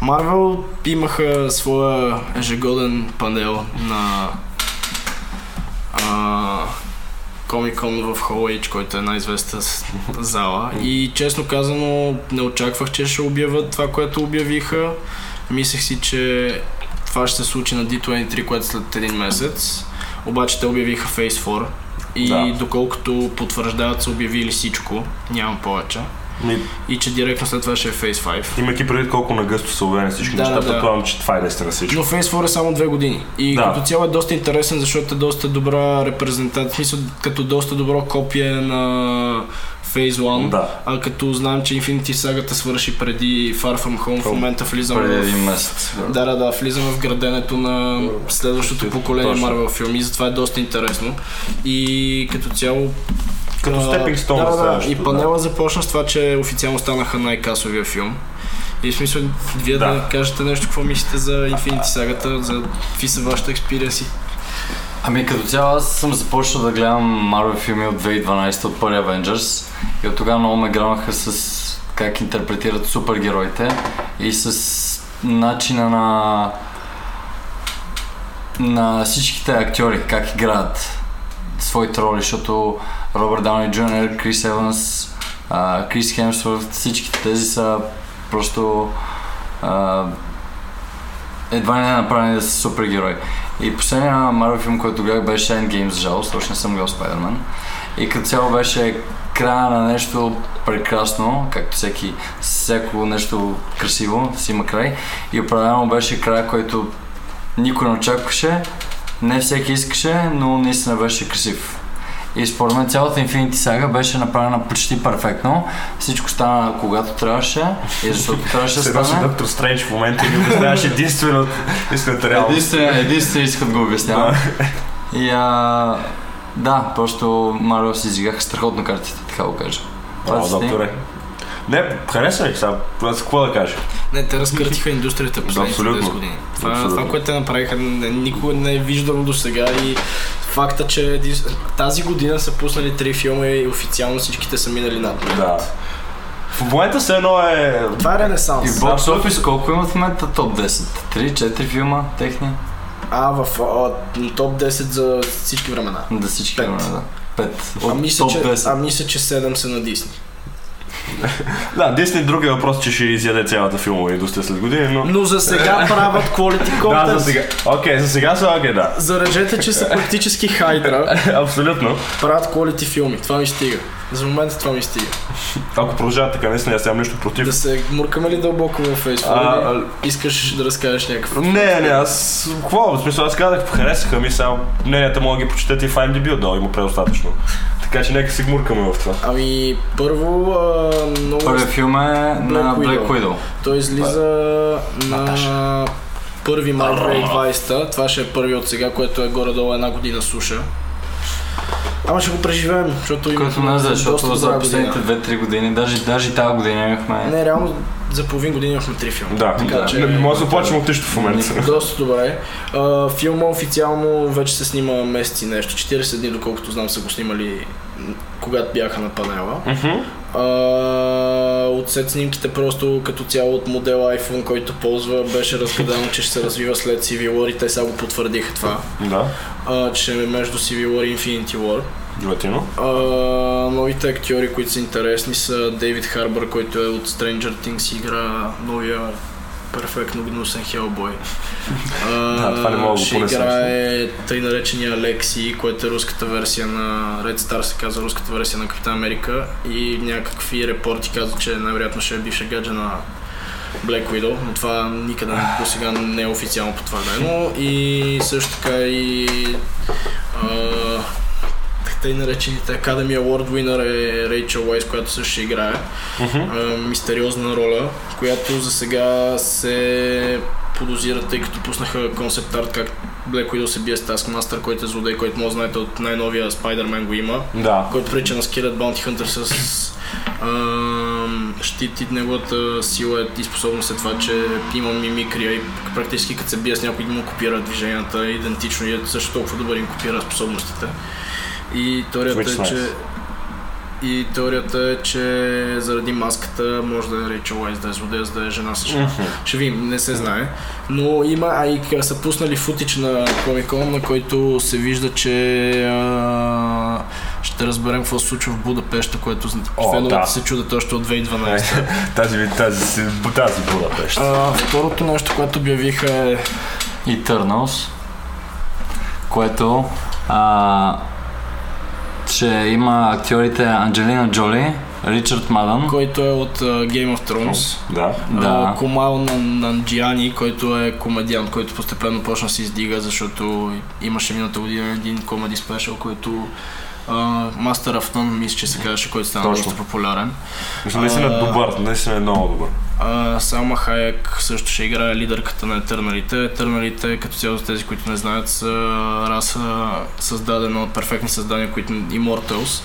Марвел имаха своя ежегоден панел на Комикон в Холейч, който е най-известна с- зала. И честно казано, не очаквах, че ще обявят това, което обявиха. Мислех си, че това ще се случи на D23, което е след един месец. Обаче те обявиха Phase 4. И Да. доколкото потвърждават, са обявили всичко. Нямам повече. Ми, И че директно след това ще е Phase 5. имайки предвид колко нагъсто са обявени всички Да, неща, да, да. предполагам, че това е наистина всичко. Но Phase 4 е само две години. И Да. като цяло е доста интересен, защото е доста добра репрезентация. В смисъл, като доста добро копие на Phase 1. Да. А като знаем, че Infinity сагата свърши преди Far From Home, в Хом. момента влизаме Преди в... един месец. Да, да, да, влизаме в граденето на следващото поколение Точно. Marvel филми, затова е доста интересно. И като цяло... Като а, stepping stone да, да, да, и за следващото, да. панела започна с това, че официално станаха най-касовия филм. И в смисъл, вие да, Да. кажете нещо, какво мислите за Infinity сагата, за какви са вашите експириенси. Ами като цяло аз съм започнал да гледам Marvel филми от 2012 от първи Avengers и от тогава много ме грамаха с как интерпретират супергероите и с начина на на всичките актьори, как играят своите роли, защото Робърт Дауни Джуниор, Крис Еванс, а, Крис Хемсворт, всичките тези са просто а, едва не е направени да са супергерои. И последния Marvel филм, който гледах беше Endgame, за жалост, още не съм гледал Spider-Man. И като цяло беше края на нещо прекрасно, както всеки, всяко нещо красиво си има край. И определено беше края, който никой не очакваше, не всеки искаше, но наистина беше красив. И според мен цялата Infinity Saga беше направена почти перфектно. Всичко стана когато трябваше и защото трябваше да Сега си стане. доктор Стрендж в момента и ни обясняваш единствено истината реалност. Единствено, единствено искат го обяснявам. И а, да, просто Марио си изиграха страхотно картите, така го кажа. Това О, си ти. докторе. Не, хареса ми сега. Аз какво да кажа? Не, те разкъртиха индустрията последните абсолютно. 10 години. Това, Абсолютно. това, което те направиха, не- никога не е виждало до сега и факта, че еди- тази година са пуснали три филма и официално всичките са минали над. Да. В момента все едно е... Това е И ренесанс. в бокс офис колко имат в момента топ 10? 3-4 филма техни? А, в а, топ 10 за всички времена. Да всички Пет. имаме, да. 5. А От мисля, топ че, 10. а мисля, че 7 са на Дисни. Да, Дисни друг е въпрос, че ще изяде цялата филмова индустрия след години, но... Но за сега правят quality content. Да, за сега. Окей, за сега са окей, да. Зарежете, че са практически хайдра, Абсолютно. правят quality филми. Това ми стига. За момента това ми стига. Ако продължават така, наистина, аз нямам нищо против. Да се муркаме ли дълбоко във А, Facebook? а, Искаш да разкажеш някакъв? Не, не, аз... Какво? В смисъл, аз казах, харесаха ми сега. Мненията мога да ги прочетете и в IMDb отдолу, има предостатъчно. Така че нека се гмуркаме в това. Ами, първо, а, много... Първият филм е на Widow. Black Widow. Той излиза на... 1 май 2020, това ще е първи от сега, което е горе-долу една година суша. Ама ще го преживеем, защото има Който не знае, защото доста за добра последните година. 2-3 години, даже, даже и тази година имахме Не, реално за половин година имахме три филма. Да, Така да. че- Нали, Не, не може да започнем от нищо в момента. Доста добре. А, филма официално вече се снима месеци нещо. 40 дни, доколкото знам, са го снимали м, когато бяха на панела. Мгм. А, от сет снимките просто като цяло от модела iPhone, който ползва, беше разгадано, че ще се развива след Civil War и те сега го потвърдиха това. Да, А, че е между Civil War и Infinity War. готино. А, новите актьори, които са интересни са Дейвид Харбър, който е от Stranger Things, игра новия перфектно гнусен Хелбой. А, Да, това не мога да го ще понеса, играе тъй наречения Лекси, което е руската версия на Red Star, се казва руската версия на Капитан Америка и някакви репорти казват, че най-вероятно ще е бивша гадже на Black Widow, но това никъде до сега не е официално потвърдено. И също така и а, тъй наречените Academy Award winner е Рейчел Уайс, която също ще играе а, мистериозна роля, която за сега се подозира, тъй като пуснаха концепт арт как Black Widow се бие с Taskmaster, който е злодей, който може да знаете от най-новия Spider-Man го има Да. който е прилича на Скелет Баунти Хънтер с ам, щит и неговата сила е- и способност е това, че има мимикрия и практически като се бие с някой му копира движенията идентично е и е също толкова добър им копира способностите. И теорията Which е, че... nice. И теорията е, че заради маската може да е Рейчел Уайс, да е злодея, за да е жена с жена. Ще видим, не се знае. Но има, а и к- са пуснали футич на Комикон, на който се вижда, че а, ще разберем какво се случва в Будапешта, което О, феновете да. Е. се чудят още от 2012. тази ви, тази си, тази Будапешт. А, второто нещо, което обявиха е Eternals, което а, ще има актьорите Анджелина Джоли, Ричард Мадън, който е от а, Game of Thrones. Да. да, Да. Комал Нан- Нанджиани, който е комедиан, който постепенно почна да се издига, защото имаше миналата година един комеди спешъл, който Мастър uh, Афтън, мисля, че се казваше, който стана Точно. доста популярен. Мисля, наистина А. е добър, наистина е много добър. А, Салма Хаяк също ще играе лидерката на Етърналите. Етърналите, като цяло за тези, които не знаят, са раса създадена от перфектни създания, които Immortals,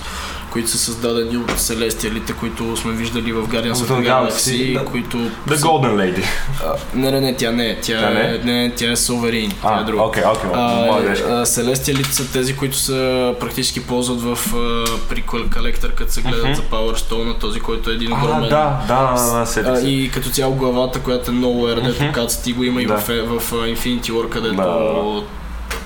които са създадени от Селестиалите, които сме виждали в Guardians of От the Galaxy, Galaxy, да. които The са- Golden Lady. а, не, не, не, тя не е. Тя, Тя не е, е? не, тя е Sovereign. тя е друга. окей, окей, моя А, е, грешка. а, Селестиалите са тези, които са практически ползват в а, при колектор, като се гледат Мгм. за Power Stone, на този, който е един А, огромен. да, да, да, да, сетих А, се. и като цяло главата, която е много ер, дето Мгм. кацат и го има и Да. в, в, в а, Infinity War, където Да, да,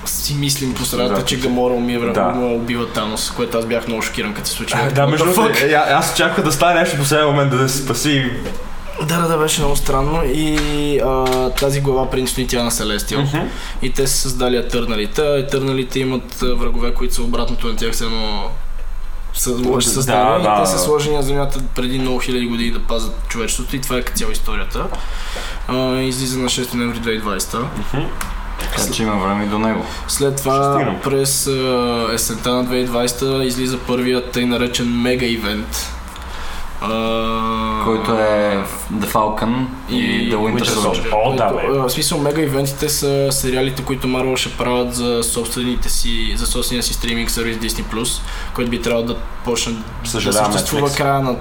си мислим по средата, Да. че Гамора умира, Да. да. убива Танос, което аз бях много шокиран, като се случи. А, Да, между другото, е, а- аз чаках да стане нещо по последния момент, да се спаси. Да, да, да, беше много странно и а, тази глава принципно и тя на Селестиал. Мгм. И те са създали Етърналите. Етърналите имат а, врагове, които са обратното на тях, все едно са лоши Да, създания. да, и те да. са сложени на Земята преди много хиляди години да пазят човечеството и това е като цяло историята. А, излиза на 6 ноември 2020. Мгм. така че има време и до него. След Ще това стигнем. през а, есента на 2020 излиза първият тъй наречен мега ивент. А, който е The Falcon и The Winter Soldier. О, да, Който, бе. а, В смисъл, мега ивентите са сериалите, които Marvel ще правят за собствените си, за собствения си стриминг сервис Disney+, който би трябвало да почне да Съжалявам, съществува Netflix. края на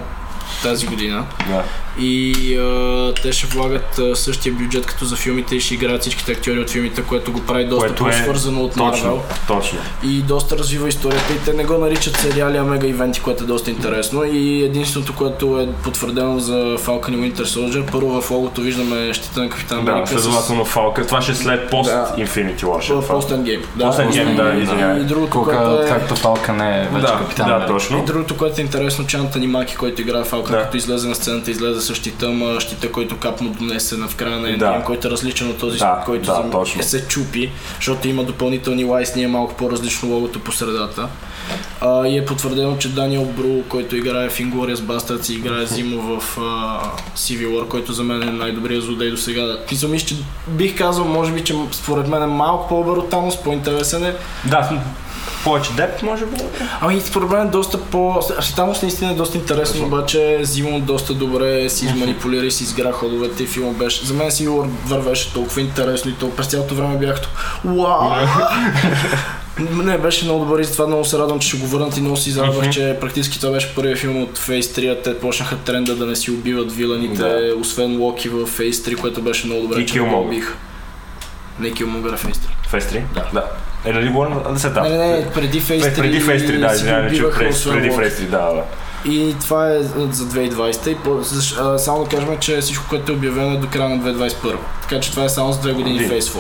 тази година. Да. И а, те ще влагат а, същия бюджет като за филмите и ще играят всичките актьори от филмите, което го прави доста Което е по-свързано от Marvel Точно, точно. и доста развива историята и те не го наричат сериали, а мега ивенти, което е доста интересно и единственото, което е потвърдено за Falcon и Winter Soldier, първо в логото виждаме щита на Капитан Да, Америка с следователно Фалка. Това ще е след пост Да. Infinity War. ще е в това. Post Endgame. Да, Post Endgame, да, Endgame, И извинявай. другото, Колка, което е... Както Falcon е вече Да, капитан. да, Америка. И точно. другото, което е интересно, че Антони Маки, който играе Falcon, Да. като излезе на сцената, излезе с щита, ма щита, който кап му донесе на в края на Endgame, Да. който е различен от този, Да, който да, зам- точно. се чупи, защото има допълнителни лайсни, е малко по-различно логото по средата. А, и е потвърдено, че Даниел Бру, който играе в Inglourious Bastards и играе Зимо в а, Civil War, който за мен е най-добрият злодей до сега. Мисля, мисля, че бих казал, може би, че според мен е малко по-добър от Танос, по-интересен е, Да, повече деп, може би. Ами и според мен е доста по... Шитамос наистина е доста интересно, обаче Зимон доста добре си изманипулира и си изгра ходовете и филма беше. За мен си вървеше толкова интересно и толкова през цялото време бях тук. Уау! Не, беше много добър и затова много се радвам, че ще го върнат и много си зарадвах, Мгм. че практически това беше първият филм от Phase 3, а те почнаха тренда да не си убиват виланите, Да. освен Локи в Phase 3, което беше много добре, И че не го Killmonger. убих. Не Килмогър, Phase 3. Фест 3? Да. да. Е, нали говорим за десета? Не, не, не, преди Phase 3. Пред- преди Фейс 3, да, си извинявай, че убиваха пред- освен преди Локи. Фейс 3, да, да. И това е за 2020. И по, защ, а, само да кажем, че всичко, което е обявено е до края на 2021. Така че това е само за две години Години. Phase 4.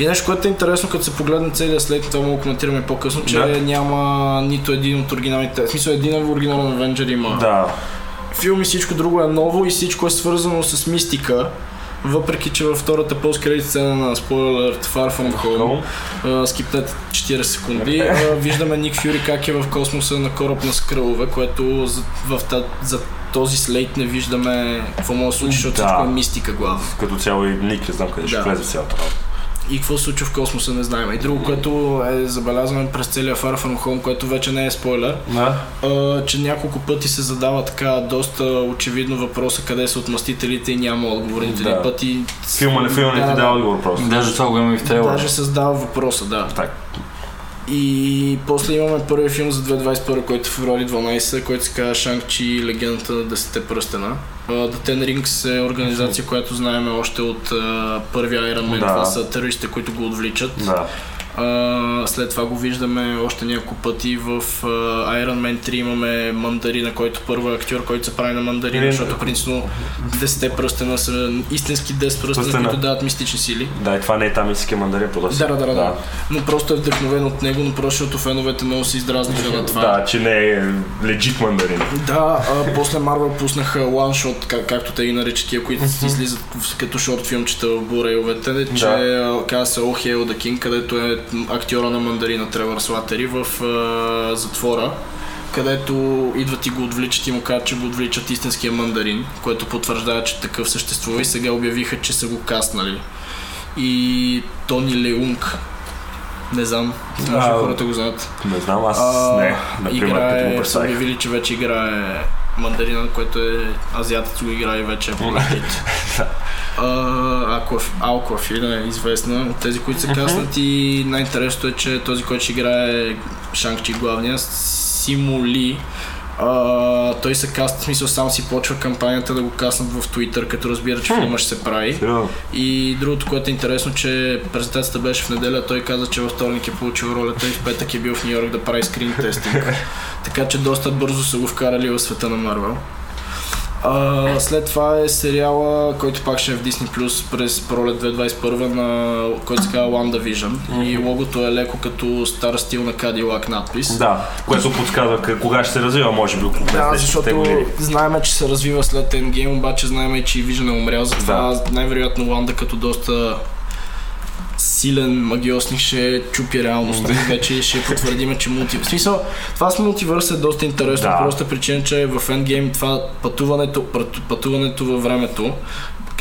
И нещо, което е интересно, като се погледне целият след, това му го коментираме по-късно, че Да. няма нито един от оригиналните. В смисъл, един оригинален Avenger има. Да, Филм и всичко друго е ново и всичко е свързано с мистика. Въпреки, че във втората пост-кредит сцена на спойлер Far From Home, Хом. а, скипнете 40 секунди. А, Виждаме Ник Фюри как е в космоса на кораб на скрълове, което за, в та, за този слейт не виждаме какво може да случи, защото Да. всичко е мистика главно. като цяло и Ник, не знам къде ще Да. влезе в цялото работа. И какво се случва в космоса не знаем. И друго, което е забелязваме през целия Far From Home, което вече не е спойлер, Да. а, че няколко пъти се задава така доста очевидно въпроса къде са отмъстителите и няма отговор. Нито Да. един път и... Филма не филма не Да, ти да. дава отговор просто. Даже това го има и в трейлера. Даже се задава въпроса, да. Так. И после имаме първия филм за 2021, който е февруари 12, който се казва Шанг-Чи легендата на 10 пръстена. А, The Ten Rings е организация, която знаем още от а, първия Iron Man. Да. Това са терористите, които го отвличат. Да. А, след това го виждаме още няколко пъти в а, Iron Man 3 имаме Мандарина, който първо е актьор, който се прави на Мандарина, Или- защото принципно 10 пръстена са истински 10 пръстена, Пръстена. които дават мистични сили. Да, и това не е там истински мандарин по Да, да, да, да, да. Но просто е вдъхновен от него, но просто защото феновете много се издразниха на това. Да, че не е легит мандарин. Да, а, после Марвел пуснаха ланшот, как, както те ги наричат, тия, които си излизат в- като шорт филмчета в Бурейловете, че да. казва се О Хейл да Кинг, където е актьора на мандарина Тревър Слатери в а, затвора където идват и го отвличат и му казват, че го отвличат истинския мандарин, което потвърждава, че такъв съществува и сега обявиха, че са го каснали. И Тони Леунг, не знам, може А, би хората го знаят. Не знам, аз А, не. Например, като играе, го са представих. обявили, че вече играе мандарина, който е азиатец го играе вече е по-легит. А, Акваф, Алквафина е известна. От тези, които са каснати, най-интересното е, че този, който ще играе Шанкчи главния, Симо Ли, а, той се каст, в смисъл сам си почва кампанията да го каснат в Twitter, като разбира, че Хм. филма ще се прави. Сериозно? И другото, което е интересно, че презентацията беше в неделя, той каза, че във вторник е получил ролята и в петък е бил в Нью Йорк да прави скрин тестинг. така че доста бързо са го вкарали в света на Марвел. А, след това е сериала, който пак ще е в Disney Plus през пролет 2021, на, който се казва WandaVision. И логото е леко като стар стил на Cadillac надпис. Да, което подсказва къ- кога ще се развива, може би, около Да, 10-те защото години. знаем, че се развива след Endgame, обаче знаем, и, че и Vision е умрял, затова да. най-вероятно Ланда като доста силен магиосник ще чупи реалност. Вече ще потвърдим, че мулти... В смисъл, това с мултивърс е доста интересно, Да. да. просто причина, че в Endgame това пътуването, път- пътуването във времето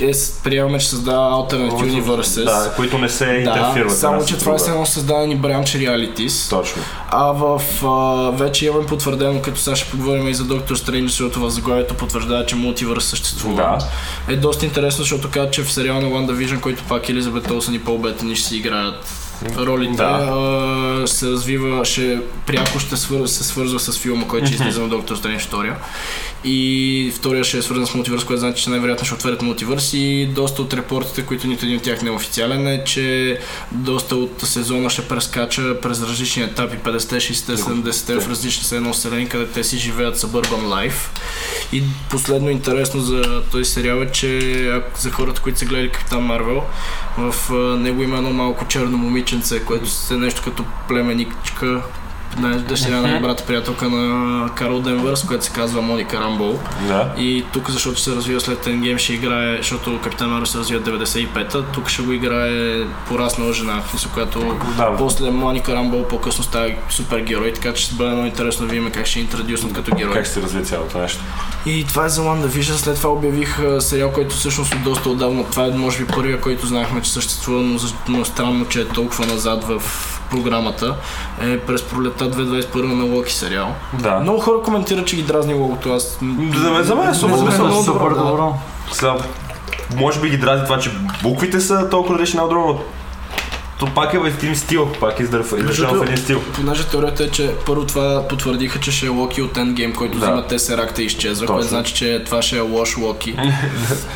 е, с- приемаме, че създава альтернативни върсес. Да, които не се да, интерфират. една само с че това е друга. все едно създадени бранч реалитис. Точно. А в а, вече имаме потвърдено, като сега ще поговорим и за Доктор Стрендж, защото в заглавието потвърждава, че мултивърс съществува. Да. Е доста интересно, защото казва, че в сериала на WandaVision, който пак Елизабет Олсън и Пол Беттани ще си играят ролите, Да. а, Е, се развива, ще пряко ще свър... се свързва с филма, който ще излиза на Доктор Стрендж втория. И втория ще е свързан с мултивърс, което значи, че най-вероятно ще отворят мултивърс и доста от репортите, които нито един от тях не е официален, е, че доста от сезона ще прескача през различни етапи, 50-те, 60-те, 70-те в различни се едно вселени, къде те си живеят Suburban Life. И последно интересно за този сериал е, че ако- за хората, които са гледали Капитан Марвел, в а, него има едно малко черно момиченце, което е нещо като племеничка, най- дъщеря на брата приятелка на Карл Денвърс, която се казва Моника Рамбол. Да. И тук, защото ще се развива след Endgame, ще играе, защото Капитан Марвел се развива 95-та, тук ще го играе пораснала жена, в смисъл, която Да, после Моника Рамбол по-късно става супергерой, така че ще бъде много интересно да видим как ще интродюснат като герой. как ще се развие цялото нещо. И това е за WandaVision. След това обявих а, сериал, който всъщност от доста отдавна. Това е може би първия, който знаехме, че съществува, но, за- но странно, че е толкова назад в програмата. Е през пролета 2021 на Локи сериал. Да. Много хора коментират, че ги дразни логото. Аз... За мен- за мен е супер, за мен за мен е много супер добро, да. добро. Сега, може би ги дразни това, че буквите са толкова различни една от друга, но то пак е в един стил, пак е издържано в един стил. Понеже теорията е, че първо това потвърдиха, че ще е Локи от Endgame, който Да. взима Тесеракта и изчезва, Точно. което значи, че това ще е лош Локи.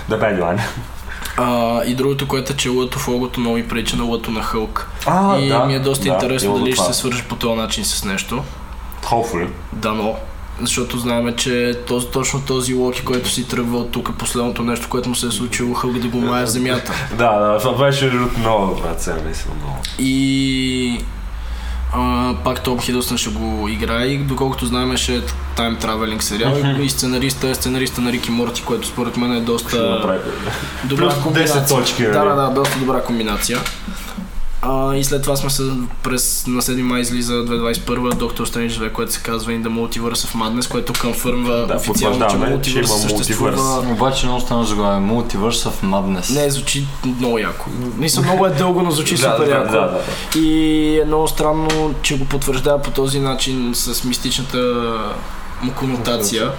Да бе, Йоан. А, и другото, което е, че лъто в логото много ми прилича на лъто на Хълк. А, и ми е доста интересно има го дали ще това. се свържи по този начин с нещо. Hopefully. Дано. Защото знаем, че този, точно този Локи, който си тръгва от тук, е последното нещо, което му се е случило, Хълк да го мая в земята. Да, да, това беше от много брат, сега наистина много. И а, пак Том Хидълсън ще го играе и доколкото знаем ще е тайм травелинг сериал и сценариста е сценариста на Рики Морти, което според мен е Ще доста направи. добра Плюс комбинация. 10 точки, Да, да, нали? да, доста добра комбинация. А, и след това сме се през на 7 май излиза 2021 Доктор Strange 2, което се казва In the Multiverse of Madness, което конфърмва Да, официално, че потвърждаваме, че има Multiverse съществува. Multiverse. Обаче много стана заглавие. Multiverse of Madness. Не, звучи много яко. Мисля, много е дълго, но звучи Да, супер да, яко. да, да. И е много странно, че го потвърждава по този начин с мистичната му конотация.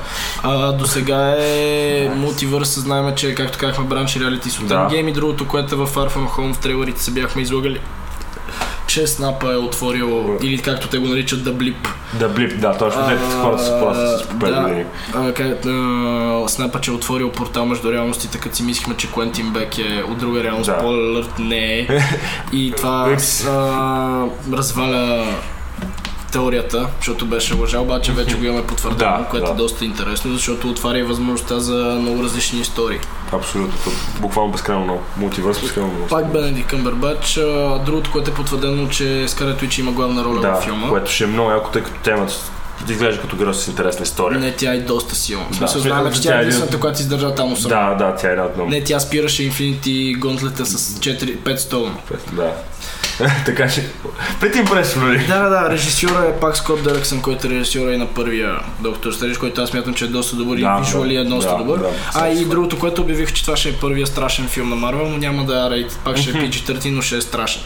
А, до сега е мултивърс, знаем, че както казахме бранш реалити с Да. е да. гейм и другото, което в Far From Home в трейлерите се бяхме излагали че Снапа е отворил, или както те го наричат, да блип. Да, блип, да, точно. Те А, хората се плащат с по 5 да. години. А, как, а, Снапа, че е отворил портал между реалностите, като си мислихме, че Куентин Бек е от друга реалност, Да. по-алърт не е. И това Упс. а, разваля теорията, защото беше лъжа, обаче вече го имаме потвърдено, Да, което да. е доста интересно, защото отваря и възможността за много различни истории. Абсолютно. то Буквално безкрайно много. Мултивърс безкрайно много. Пак Бенедикт Къмбербач, а, другото, което е потвърдено, че Скарът Уич има главна роля Да, във филма. което ще е много яко, тъй като темата изглежда като герой с интересна история. Не, тя е доста силна. В Да. смисъл, знаем, че тя Тя е е единствената, един- която издържа там сама. Да, да, тя е една от много. Не, тя спираше Infinity Gauntlet с 4, 5 столна. Да. така че... Пет импресивно ли? Да, да, режисьора е пак Скот Дърксън, който е режисьора и на първия Доктор Стриж, който аз смятам, че е доста добър Да, и визуали е да, доста да, добър. да. а и другото, което обявих, че това ще е първия страшен филм на Марвел, но няма да е рейтед. Пак ще е PG-13, но ще е страшен.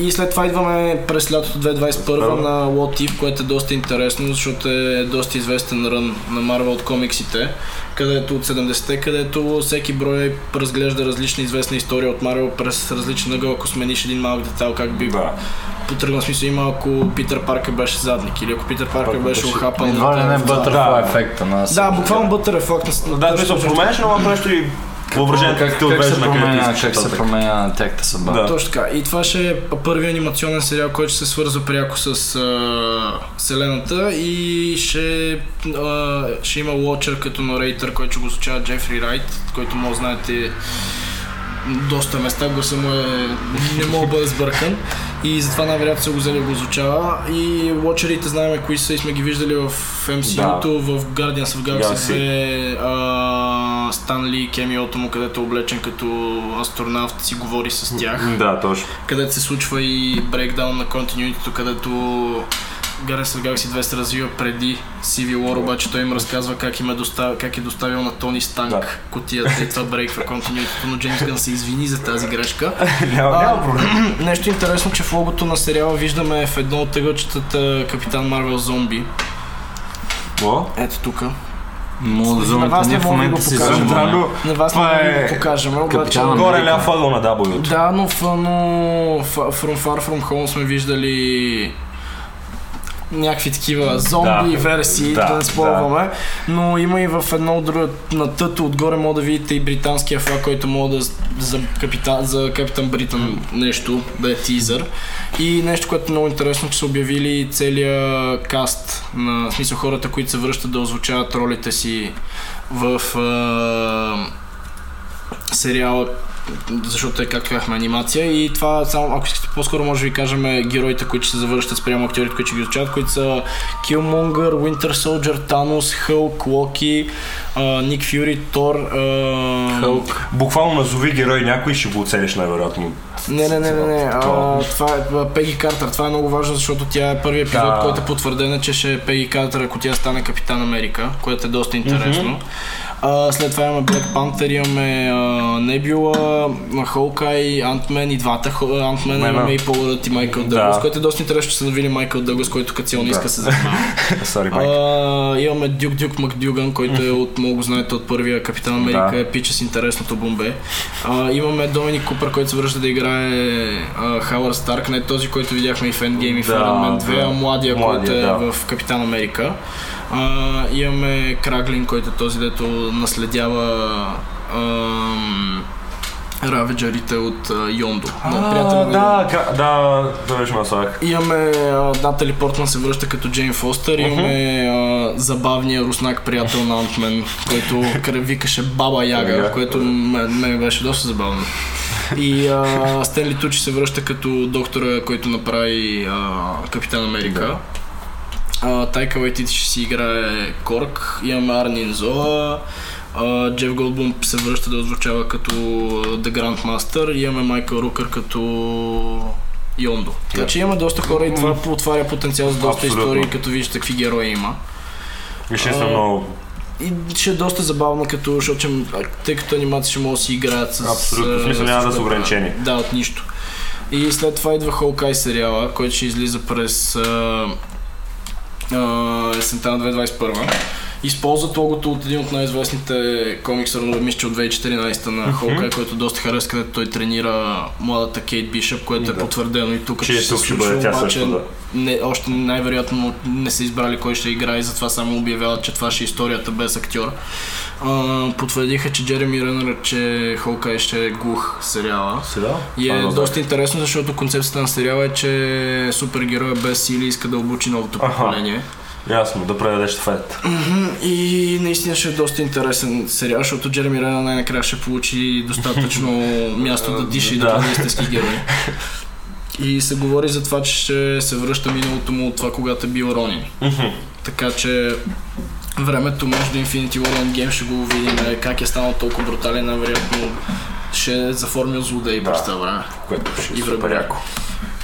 И след това идваме през лятото 2021 на What If, което е доста интересно, защото е доста известен рън на Марвел от комиксите, където от 70-те, където всеки брой разглежда различна известна история от Марвел през различен ъгъл, ако смениш един малък детайл, как би Да. потръгна смисъл има ако Питър Паркър беше задник или ако Питър Паркър Паркър беше беше- ухапан. Едва ли не бътърфлай Да. ефекта на Да, буквално бътър е факт. Да, смисъл, променяш много нещо и въображението Как, ти как отвежда се на където променя, искаш. как се нататък. променя на тяхта съдба? Да. Точно така. И това ще е първият анимационен сериал, който ще се свързва пряко с а, вселената и ще, а, ще има Watcher като нарейтър, който ще го звучава Джефри Райт, който може да знаете доста места, гласа му е... не мога да бъде сбъркан. И затова най-вероятно са го взели и го изучава. И лочерите знаем кои са и сме ги виждали в MCU-то, в Guardians of Galaxy Galaxy. 2, а, Стан Ли, кемиото му, където е облечен като астронавт, си говори с тях. Да, точно. Където се случва и брейкдаун на Continuity, където Guardians of Galaxy 2 се развива преди Civil War, обаче той им разказва как, им е, достав... как е доставил на Тони Станк Да. котията и това брейква Continuity, но Джеймс Гън се извини за тази грешка. Няма, А, няма проблем. Нещо интересно, че в логото на сериала виждаме в едно от тъгълчетата Капитан Марвел Зомби. О, Ето тук. Но На вас зумите не ние мога да в го момента си покажа. да, да, зумваме. но На вас Това не мога да е го покажем, обаче... Капитан горе Америка. ляв ъгъл на W. Да, но, в, но в, From Far From Home сме виждали някакви такива зомби Да, версии, да, да, да не спорваме, но има и в едно от друго на тъто отгоре мога да видите и британския флаг, който мога да з- за капитан, за капитан Британ нещо, да е тизър. И нещо, което е много интересно, че са обявили целият каст, на в смисъл хората, които се връщат да озвучават ролите си в е, сериала защото е, както казахме, анимация и това само, ако искате по-скоро може да ви кажем героите, които ще се завършат спрямо актьорите, които ще ги изучават, които са Killmonger, Winter Soldier, Thanos, Hulk, Loki, а, Ник Фюри, Тор, а, Хълк. Буквално назови герой някой и ще го оцелиш най-вероятно. Не, не, не, не, не. А, Тор. това е а, Пеги Картер. Това е много важно, защото тя е първият епизод, Да. който е потвърден, че ще е Пеги Картер, ако тя стане Капитан Америка, което е доста интересно. А, след това имаме Black Panther, имаме а, Небюла, Холкай, Антмен и двата. Хо- Антмен Мена. имаме и Полърът и Майкъл Да. Дъглас, което е доста интересно, че са навили Майкъл Дъглас, който като цяло не Да. иска да се занимава. Sorry, Майк. А, имаме Дюк Дюк Макдюган, който е от, много знаете, от първия Капитан Америка, Да. е пича с интересното бомбе. А, имаме Доминик Купър, който се връща да играе а, Хауър Старк, не този, който видяхме и в Endgame и в Да, Iron Man 2, а да. младия, който е Младия, да. в Капитан Америка. А, имаме Краглин, който е този, дето наследява ам, Раведжерите от а, Йондо. на приятеля А, на Йондо. да, кра- да, да беше масак. Имаме а, Натали Портман се връща като Джейн Фостер, имаме а, забавния руснак приятел на Антмен, който кра- викаше Баба Яга, Яга. което ме, ме беше доста забавно. И а, Стенли Тучи се връща като доктора, който направи а, Капитан Америка. А, Тайка Вайтити ще си играе Корк, имаме Арнин Зоа, а, Джеф Голдбум се връща да озвучава като The Grandmaster и имаме Майкъл Рукър като Йондо. Така че има доста хора и това отваря потенциал за доста Абсолютно. истории, като виждате какви герои има. Вижте, съм А, много И ще е доста забавно, като, защото ще, тъй като анимация ще могат да си играят с... Абсолютно, в смисъл с- няма да с- са ограничени. Да, от нищо. И след това идва Холкай сериала, който ще излиза през а, а, есента на 2021. използват логото от един от най-известните комикс рангове, мисля, че от 2014 на Холка, mm-hmm. който доста харесва, където той тренира младата Кейт Бишъп, което е Да. потвърдено и тук, Че и се тук ще случва, бъде тя обаче също, да. не, още най-вероятно не са избрали кой ще играе и затова само обявяват, че това ще е историята без актьор. А, потвърдиха, че Джереми Ренър, че Холка ще е глух в сериала. Сега? И Това е не го доста интересно, защото концепцията на сериала е, че супергероя без сили иска да обучи новото Аха. поколение. знам. Ясно, да предадеш файт. И наистина ще е доста интересен сериал, защото Джереми Рена най-накрая ще получи достатъчно място да диша и да Да. бъде истински герой. И се говори за това, че ще се връща миналото му от това, когато е бил Ронин. Така че времето между Infinity War и Endgame ще го видим е, как е станал толкова брутален, най-вероятно ще е заформил злодей Да. през това време. Което ще е И супер врага. яко.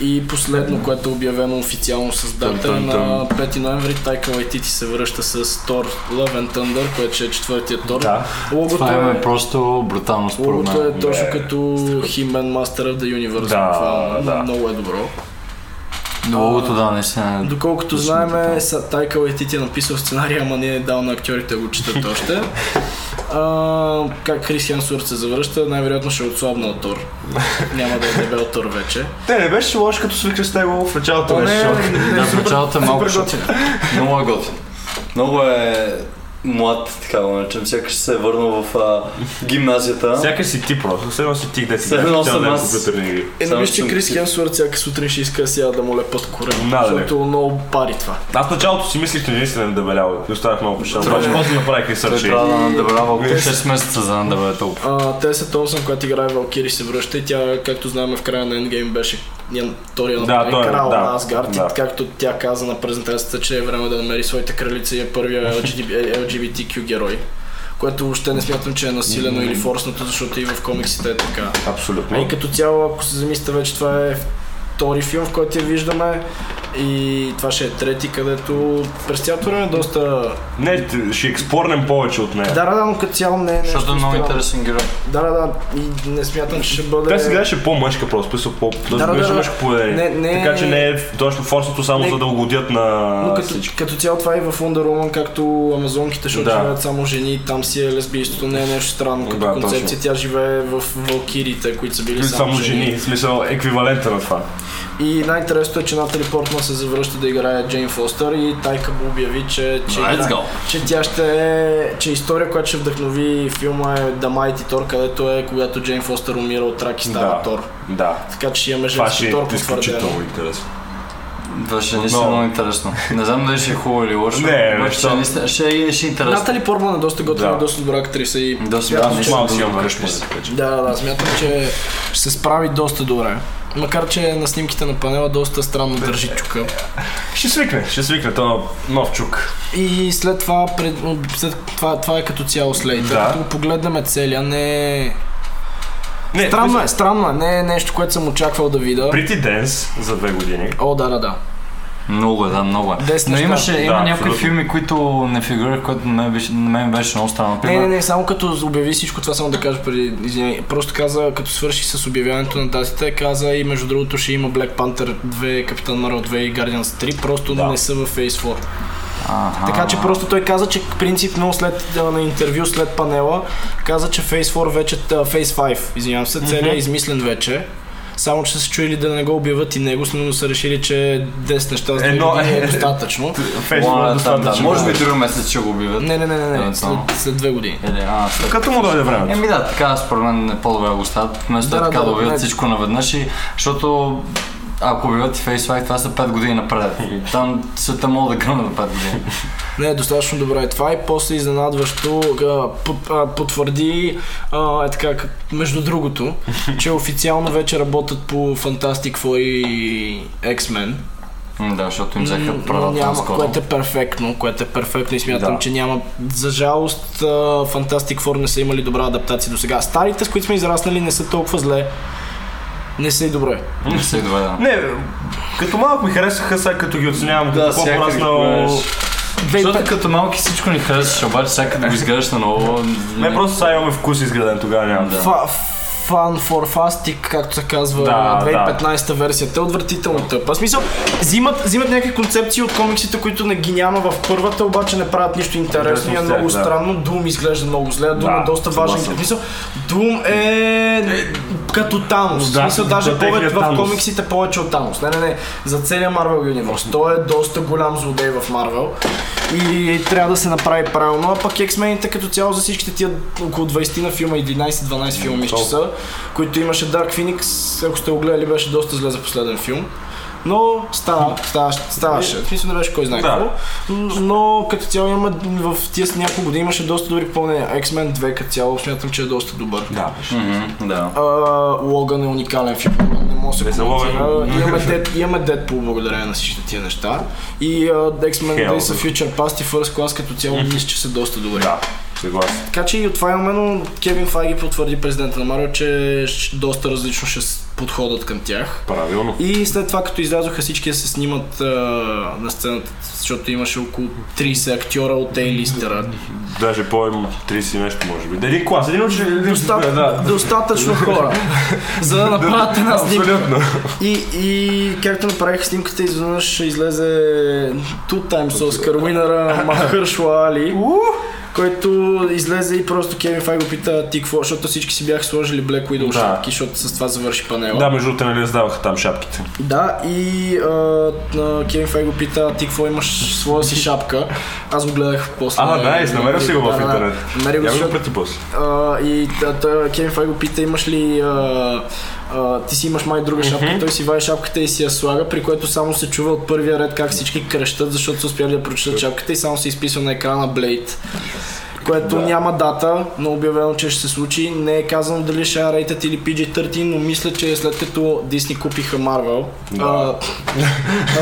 И последно, което е обявено официално с дата е Тън, тън, тън. на 5 ноември, Тайка Лайтити се връща с Тор Love and Thunder, което ще е четвъртия Тор. Да. Логото Това е е, просто брутално според логото мен. е точно Не. като He-Man Master of the Universe. Да, буквално. да. Много е добро. Многото да, наистина. е- Доколкото Точно знаем, така. са- Тайка Лайтити е написал сценария, ама не е дал на актьорите да го четат още. А, как Крис Хемсуърт се завръща, най-вероятно ще е отслабна от Тор. Няма да е дебел Тор вече. Те не беше лош, като свикна с него в началото. То не беше е- шок. не Да, е в супер- началото е малко супер шок. готин. Много е готин. Много е млад, така го наричам. Сякаш се е върнал в а, гимназията. Сякаш си ти просто, все едно си ти, де си Все едно гледаш цял съм ден аз. компютърни игри. Е, не Само виж, че съм Крис такива. Хемсуърт всяка сутрин ще иска сега да му лепат корем. Да, да, защото много пари това. Аз в началото си мислих, че наистина е дебелял и останах много впечатлен. Трудно Обаче е. после направих Той ресърчи. трябва да надебра около 6 месеца за да е надебра толкова. А, Теса Томсън, която играе Валкири, се връща и тя, както знаем, в края на Endgame беше ня- втория Да, направи той е, крал да, на Асгард да. и както тя каза на презентацията, че е време да намери своите кралица и е първия LGBT, LGBTQ герой. Което въобще не смятам, че е насилено или форснато, защото и в комиксите е така. А Абсолютно. и като цяло, ако се замислите вече, това е втори филм, в който я виждаме и това ще е трети, където през цялото време е доста... Не, ти- ще експорнем повече от нея. Да, да, да, но като цяло не е нещо Защото е много странно. интересен герой. Да, да, да, и не смятам, че ще бъде... Тя се гледаше по-мъжка просто, смисъл по да, да, да, да. мъжко поведение. Не, не- Така че не е точно форсото само Не- за да угодят на Но като, всички. като цяло това е и в Wonder Woman, както амазонките, защото Да. живеят само жени, там си е лесбийството, не е нещо странно като Да, точно. концепция. Тя живее в валкирите, които са били Или само, само жени, в смисъл еквивалента на това. И най-интересното е, че Натали Портман се завръща да играе Джейн Фостър и Тайка го обяви, че, че, Let's go. че тя ще е, че история, която ще вдъхнови филма е The Mighty Thor, където е когато Джейн Фостър умира от рак и става Да. Тор. Да. Така че ще имаме Това ще женски е Тор потвърдено. изключително интересно. Това ще е наистина Отново. много интересно. Не знам дали ще е хубаво или лошо. Не, обаче защо? ще е наистина- ще е ще е интересно. Натали Портман е доста готина, Да. доста добра актриса и Доста Да, да, Аз малко си имам да, кръщ Да, да, да, смятам, че ще се справи доста добре. Макар, че на снимките на панела доста странно държи чука. Ще свикне, ще свикне, то нов чук. И след това, пред, след това, това е като цяло слейт. Да. Като го погледнем е целия, не е... Не, Странно е, странно е, не е нещо, което съм очаквал да видя. Pretty Dance за две години. О, да, да, да. Много е, да, много е. Десни Но неща. имаше, Да, има някои абсолютно. филми, които не фигурирах, което на мен беше, на мен беше много странно. Не, не, Например, не, само като обяви всичко това, само да кажа преди, извинявай. Просто каза, като свърши с обявяването на датите, каза и между другото ще има Black Panther 2, Капитан Marvel 2 и Guardians 3, просто Да. не са в Phase 4. Аха. Така че просто той каза, че принципно след а, на интервю след панела каза, че Phase 4 вече, а, Phase 5, извинявам се, целият е измислен вече. Само, че са се чуили да не го обяват и него, но са решили, че 10 неща за две Едно години е е. достатъчно. Фейсбук е Ладно, там, да, достатъчно. може би друг месец ще го убиват. Не, не, не, не, е не. След, Евентуално. след две години. Или, а, след... Като му дойде времето. Еми да, така според мен е по-добре да го стават, вместо Да, да, е да, така да, да убиват не. всичко наведнъж и... Защото ако убиват и Face това са 5 години напред. И Там света мога да гръмне до 5 години. Не е достатъчно добре това и после изненадващо а, под- а, потвърди а, е така, как- между другото, че официално вече работят по Fantastic Four и X-Men. М, Ами Да, защото им М, взеха но правата на няма, скоро. което е перфектно, което е перфектно и смятам, Да. че няма. За жалост, а, Fantastic Four не са имали добра адаптация до сега. Старите, с които сме израснали, не са толкова зле. Не са и добре. Не се добре, да. Не, като малко ми харесаха, сега като ги оценявам, Да, като всякакви по-пораснал... гледаш. Защото като малки всичко ни харесваше, обаче сега като го изграждаш на ново... Не, просто сега имаме вкус изграден, тогава нямам. Да. Фа- Fun for Fastic, както се казва, Да, да. 2015 версията, е отвратително тъпа. В смисъл, взимат, взимат някакви концепции от комиксите, които не ги няма в първата, обаче не правят нищо интересно и е Интересно с много тях, да. странно. Doom изглежда много зле, Doom Да, е доста важен. съгласен. В смисъл, Doom е като Танос. Да, в смисъл, като даже повече техният в Танос. комиксите повече от Танос. Не, не, не, за целия Marvel Universe. Той е доста голям злодей в Marvel. И трябва да се направи правилно, а пък X-Men като цяло за всичките тия около 20 на филма, 11-12 филма мисля, че са, които имаше Dark Phoenix, ако сте го гледали, беше доста зле за последен филм. Но стана, ставаше, ставаше. В смисъл не беше кой знае Да. какво. Н- Но като цяло има в тези няколко години имаше доста добри попълнения. X-Men 2 като цяло смятам, че е доста добър. Да, Мгм, да. А, Логан е уникален филм, не мога да се Не съм коментира. Логан. Имаме, Dead, имаме Deadpool благодарение на всички тия неща. И uh, X-Men Хел, Days of да. Future Past и First Class като цяло мисля, че са доста добри. да, съгласен. Така че и от това имаме, но Кевин Файги потвърди президента на Марио, че ще- доста различно ще с- подходят към тях. Правилно. И след това, като излязоха всички да се снимат а, на сцената, защото имаше около 30 актьора от A-листера. Даже по-им 30 и нещо може би. Да, един клас, един учи, един Доста... да. Достатъчно хора, за да направят една снимка. Абсолютно. И, и както направих снимката, изведнъж ще излезе Two Times Oscar winner Махършла Али, който излезе и просто Кевин Фай го пита ти какво, защото всички си бяха сложили Black Widow Да. шапки, защото с това завърши панела. Да, между другото, нали раздаваха там шапките. Да, и а, на Кевин Фай го пита, ти какво имаш своя си шапка. Аз го гледах после. А, найс, намерил си го в Е, Да, да, да. интернет. Намерих го, Я ми го защото прати бос. а, и та, та, Кевин Фай го пита, имаш ли... А, а, ти си имаш май друга шапка, той си вади шапката и си я слага, при което само се чува от първия ред как всички крещат, защото са успяли да прочитат шапката и само се изписва на екрана Blade. Което няма дата, но обявено, че ще се случи. Не е казано дали ще е rated или PG-13, но мисля, че след като Дисни купиха Марвел, а,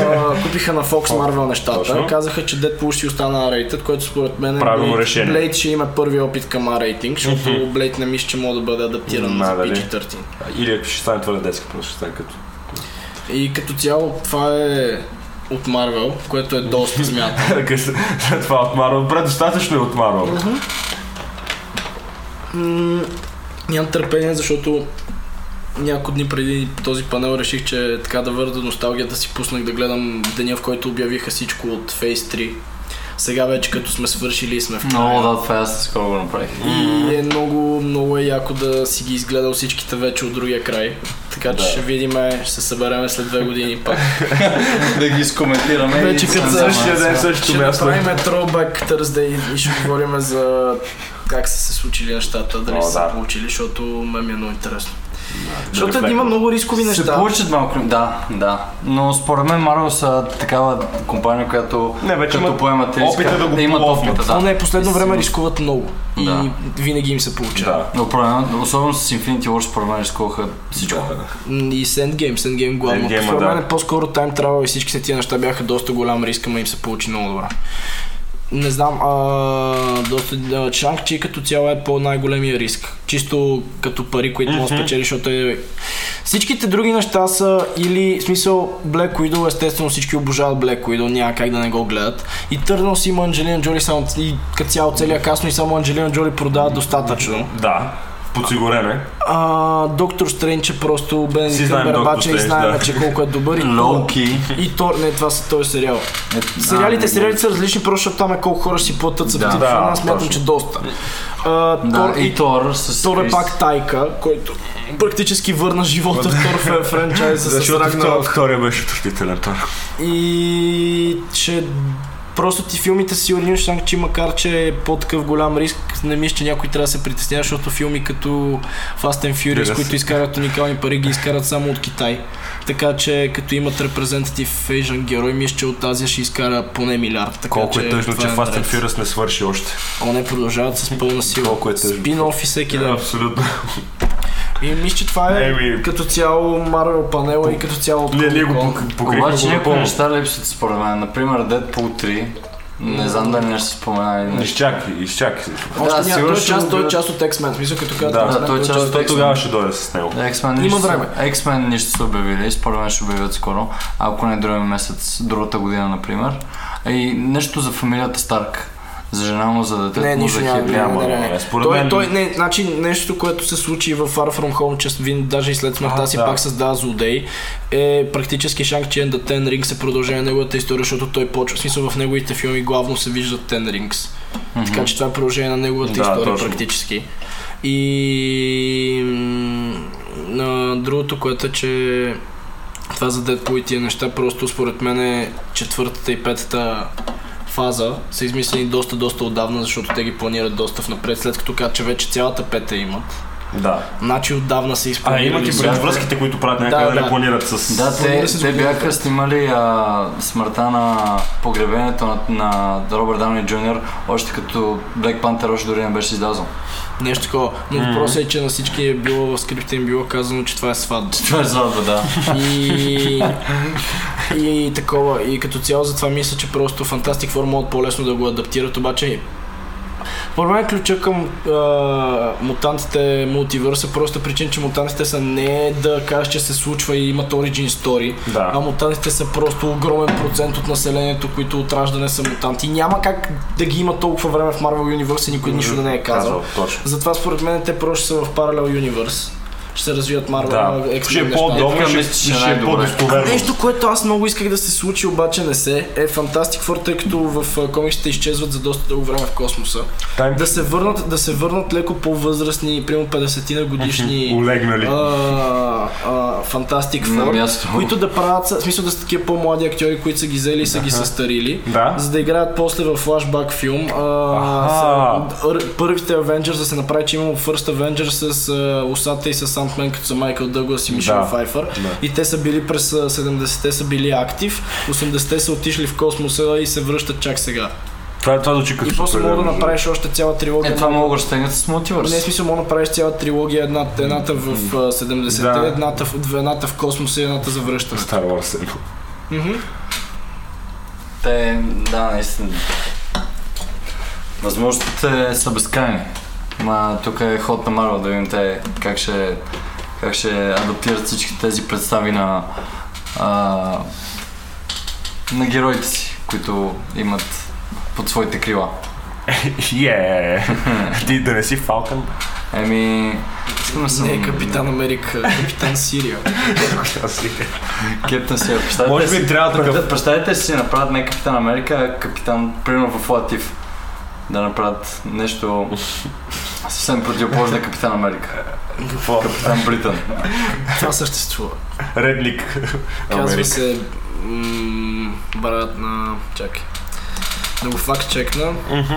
а, купиха на Fox Marvel нещата, Точно. казаха, че Deadpool ще остана rated, което според мен е Правилно Blade- решение. Blade ще има първи опит към R-рейтинг, защото Blade не мисля, че мога да бъде адаптиран Ма, за дали. PG-13. Или ако ще стане твърде детска, просто ще стане като. И като цяло това е от Marvel, което е доста смятано. След това от Марвел. Предостатъчно е от Марвел. М, Нямам търпение, защото няколко дни преди този панел реших, че е така да върда носталгията си пуснах да гледам деня, в който обявиха всичко от Phase 3. Сега вече като сме свършили и сме в края. Много да, това аз скоро го направих. И е много, много е яко да си ги изгледал всичките вече от другия край. Така Да. че ще видиме, ще се събереме след две години пак. Да ги изкоментираме. и Вече да като се Същия занимаваме ден, с- Ще същото място. направим throwback Thursday и ще говорим за как са се случили нещата, дали О, са се да. получили, защото мен ми е много интересно. да Защото рефлектирам. има много рискови Се неща. получат малко. Да, да. Но според мен Marvel са такава компания, която Не, вече като имат поемат риска, опита да го имат пловнат. опита, Но да. не, е последно време рискуват много. Да. И винаги им се получава. Да. Но проблема, особено с Infinity е, War, според мен рискуваха всичко. е, М, И с Endgame, с Endgame главно. Endgame, Според да. мен е по-скоро Time Travel и всичките тия неща бяха доста голям риск, ама им се получи много добра. Не знам, а, доста, а, Чанг Чи като цяло е по най-големия риск. Чисто като пари, които може да спечели, защото е... Всичките други неща са или, в смисъл, Black Widow, естествено всички обожават Black Widow, няма как да не го гледат. И Търнал си има Анджелина Джоли, само, и като цяло целият касно и само Анджелина Джоли продава достатъчно. Да. Подсигурен е. А, Доктор Стрендж е просто Си Бенедикт знаем Камбербач Доктор и знаем, Стрендж, да. че колко е добър и Тор. Лоуки. И Тор, не, това, са, той е сериал. Сериалите, сериалите са различни, просто защото там е колко хора си платят за Да, да, да, аз смятам, точно. че доста. А, Да, Тор и и Тор с Тор е Крис. пак Тайка, който практически върна живота в Тор фе- франчайза с Защото втор- Рагнарок. втория беше отвратителен Тор. И ще Просто ти филмите си от Шанг, че макар че е по-такъв голям риск, не мисля, че някой трябва да се притеснява, защото филми като Fast and Furious, Разбира се. които изкарат уникални пари, ги изкарат само от Китай. Така че като имат репрезентатив Asian герой, мисля, че от Азия ще изкара поне милиард. Така, Колко е тъжно, Значи, това че Fast and наред. Furious не свърши още. О, не продължават с пълна сила. Колко е тъжно. Спин-оф и всеки ден. Абсолютно. И мисля, че това е Еми. като цяло Marvel панела и като цяло от Не, ние го Comic-Con. пок- покрихме Обаче го някои напълно. неща липсват според мен. Например, Deadpool 3. Не знам дали не ще спомена. или не. Изчакай, изчакай. Още Да, няма. сигурно той, е ще част, го той е гледат. част от X-Men. В смисъл, като казвам, Да, X-Men, да, той е част от Той X-Men. тогава ще дойде с него. X-Men Има нищо, са- време. X-Men нищо са обявили, според мен ще обявят скоро, ако не другия месец, другата година, например. И нещо за фамилията Старк. За жена му, за детето Не, му, нищо за няма. хипи. няма, няма, не, не. бе. Според той, мен- той, не, значи нещо, което се случи в Far From Home, че вин, даже и след смъртта А, си да. пак създава злодей, е практически Шанг Чен да Ten Rings е продължение на неговата история, защото той почва, в смисъл в неговите филми главно се виждат Ten Rings. Мгм. Така че това е продължение на неговата Да, история точно. практически. И м, на другото, което е, че това за Deadpool и тия неща, просто според мен е четвъртата и петата фаза са измислени доста, доста отдавна, защото те ги планират доста в напред, след като казват, че вече цялата пета имат. Да. Значи отдавна се А, изпълнили. имат и всяка- предвръзките, които правят някъде Да, да, да. не планират с... Да, те, Благодаря си за те бяха гледането. снимали а, смъртта на погребението на, на Робърт Дауни Джуниор, още като Black Panther още дори не беше излязъл. Нещо такова. Но Мгм. въпросът е, че на всички е било в скрипта им било казано, че това е сватба. Това е сватба, да. И, и такова. И като цяло затова мисля, че просто Fantastic Four могат по-лесно да го адаптират, обаче Според мен ключа към а, мутантите е мултивърса, просто причина, че мутантите са не да кажеш, че се случва и имат origin story, Да. а мутантите са просто огромен процент от населението, които от раждане са мутанти. Няма как да ги има толкова време в Marvel Universe и никой нищо да не е казал. Точно. Затова според мен те просто са в Parallel Universe. Ще се развият Marvel, Да, X-Men ще е неща. по-добре, Така ще, мисля, че е ще е най-добре. по-достоверно. Нещо, което аз много исках да се случи, обаче не се, е Fantastic Four, тъй като в а, комиксите изчезват за доста дълго време в космоса. Тайм- Да се върнат, да се върнат леко по-възрастни, примерно 50 на годишни Улегнали. а, а, Fantastic На Four, място. които да правят, са- в смисъл да са такива по-млади актьори, които са ги взели и са ги състарили. Да. За да играят после в флашбак филм. А, Аха. са- ър- първите Avengers да се направи, че имало First Avenger с а, усата и с Sandman, като са Майкъл Дъглас и Мишел Да. Файфър. И те са били през а, 70-те са били актив, 80-те са отишли в космоса и се връщат чак сега. Това, това звучи като И после супер, мога да между направиш още цяла трилогия. Е, това мога да стегнат с Не, в мултивърс. смисъл, мога да направиш цяла трилогия, едната, едната в а, 70-те, Да. едната, в, две- едната в космоса и едната за другото. връщане. Star Wars едно. Мгм. Те, да, наистина. Възможностите са безкрайни. Ма тук е ход на Марвел да видим те как ще, как ще адаптират всички тези представи на, а, на героите си, които имат под своите крила. Е, Ти да не си Фалкън. Еми, искам да съм... Не, Капитан Америка, Капитан Сирия. Кептен си, е представете Може си- би трябва такъв. Представете, представете си, направят не Капитан Америка, а Капитан, примерно в Латив. Да направят нещо съвсем противоположно на Капитан Америка. Какво? Капитан Британ. Това съществува. Редник. Казва Америка. се м- брат на... Чакай. Да го факт чекна. Мгм.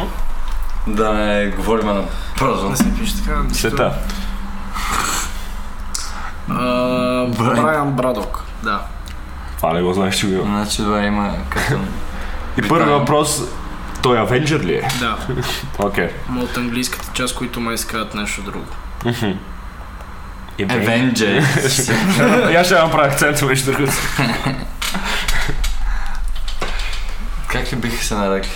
Да не говорим на празно. Не се пише така. нищо. Света. А, Брайан. Брайан Брадок. Да. Това не го знаеш, че го има. Значи това има Капитан. И първи въпрос. Той Авенджер ли е? Да. Окей. Ма от английската част, които май искат нещо друго. Мгм. Евен- Avengers. е. И аз ще направя акцент между другото. Как ли биха се нарекли?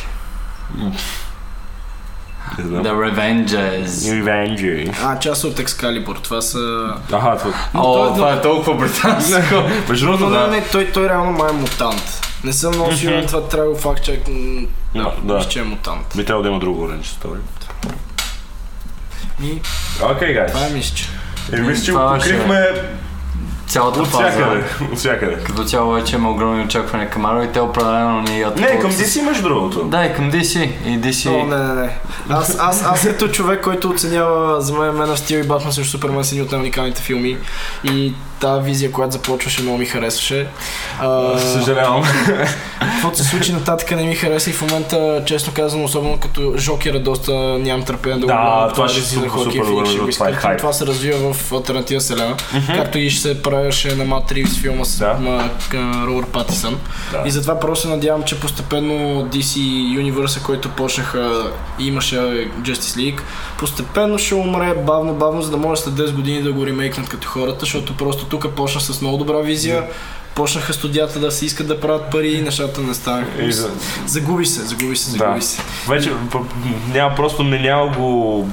Не знам. The Revengers. Евенджери. А, част от Екскалибур. Това са... Аха, това. Но той е О, да- това е толкова британско. Между Но, другото, не, да. не, той, той реално май е мутант. Не съм много сигурен, това трябва да го факт чек. м, Да, Да. мисля, че е мутант. Би трябвало да има друго Orange Story. И Окей, това е гайс. мисче. Е, мисля, че Това го ще- покрихме Цялата от фаза. всякъде. От всякъде. Като цяло вече има огромни очаквания към Марвел и те определено ни я Не, към DC между другото. Да, и към DC. И О, DC. не, не, не. Аз, аз, аз ето човек, който оценява за мен Man of Steel и Batman срещу Супермен са едни от най-уникалните филми. И тази визия, която започваше, много ми харесваше. А, Съжалявам. Каквото се случи нататък не ми хареса и в момента, честно казвам, особено като Жокера, доста нямам търпение да го Да, гледам. това ще е супер, Хоакин супер Феникс, добре, ще го това е изкъртим. хайп. Това се развива в альтернатива Селена, както и ще се правеше на Матривс филма с Да. ма- к- Робърт Патисън. Да. И затова просто се надявам, че постепенно DC Universe, който почнаха и имаше е, Justice League, постепенно ще умре бавно-бавно, за да може след 10 години да го ремейкнат като хората, защото просто тук почна с много добра визия, почнаха студията да се искат да правят пари и нещата не станаха. И за- Загуби се, загуби се, Да. загуби се. Вече п- м, няма просто не няма го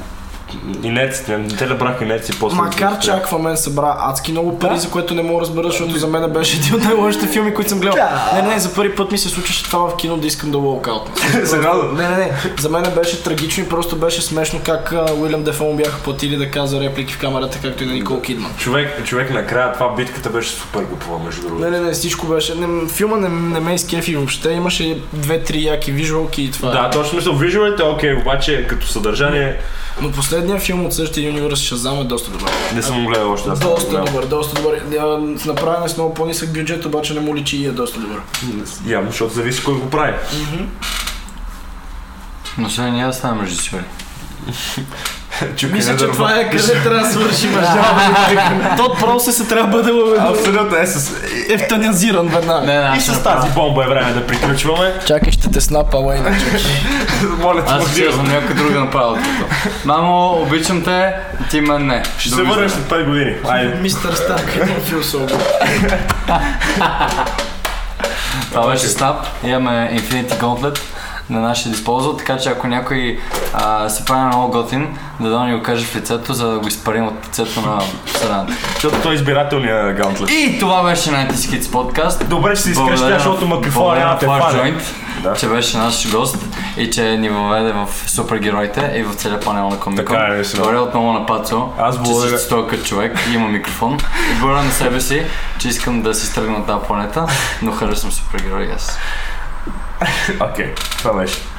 Инерцията, не те ли брах инерция после? Макар че Аквамен събра адски много пари, за което не мога да разбера, защото за мен беше един от най-лошите филми, които съм гледал. Не, не, за първи път ми се случваше това в кино да искам да лоукаут. Сериозно? Не, не, не. За мен беше трагично и просто беше смешно как а, Уилям Дефо му бяха платили да каза реплики в камерата, както и на Никол Кидман. Човек, човек накрая това битката беше супер глупава, между Не, другото. не, не, всичко беше. Не, филма не, не ме изкефи въобще. Имаше две-три яки вижуалки и това. е. Да, точно мисъл, вижуалите окей, обаче като съдържание Но последният филм от същия Юниверс Шазам е доста добър. не съм го гледал още. аз съм го Доста гледал. добър, доста добър. А, Направен е с много по-нисък бюджет, обаче не му личи и е доста добър. Явно, защото зависи кой го прави. Но сега ние да станем режисьори. Чукай Мисля, на че дърво. това е къде трябва да свършим. То просто се трябва да бъде въведен- Абсолютно е с... евтаназиран веднага. не, И аз с тази бомба е време да приключваме. Чакай, ще те снапа, Лейна. Моля те, Аз ще Мартин. съм някой друг да направя това. Мамо, обичам те, ти мен не. Ще се Други върнеш сме. след 5 години. Айде. Мистер Старк, един философ. Това беше Snap. Имаме Infinity Gauntlet на нашия диспозъл, така че ако някой а, се прави на много готин, да да ни го каже в лицето, за да го изпарим от лицето на страната. Защото той е избирателният гаунтлет. И това беше на Antis Kids подкаст. Добре, ще се Благодаря изкрещя, на- защото макафона благодаря няма те на Flash фане. Joint, Да. че беше наш гост и че ни въведе в супергероите и в целия панел на Комикон. Така е, наистина. Благодаря отново на Пацо, Аз че благодаря. си стокът човек и има микрофон. И благодаря на себе си, че искам да се стръгна от тази планета, но харесвам супергерои и аз. Окей, това беше.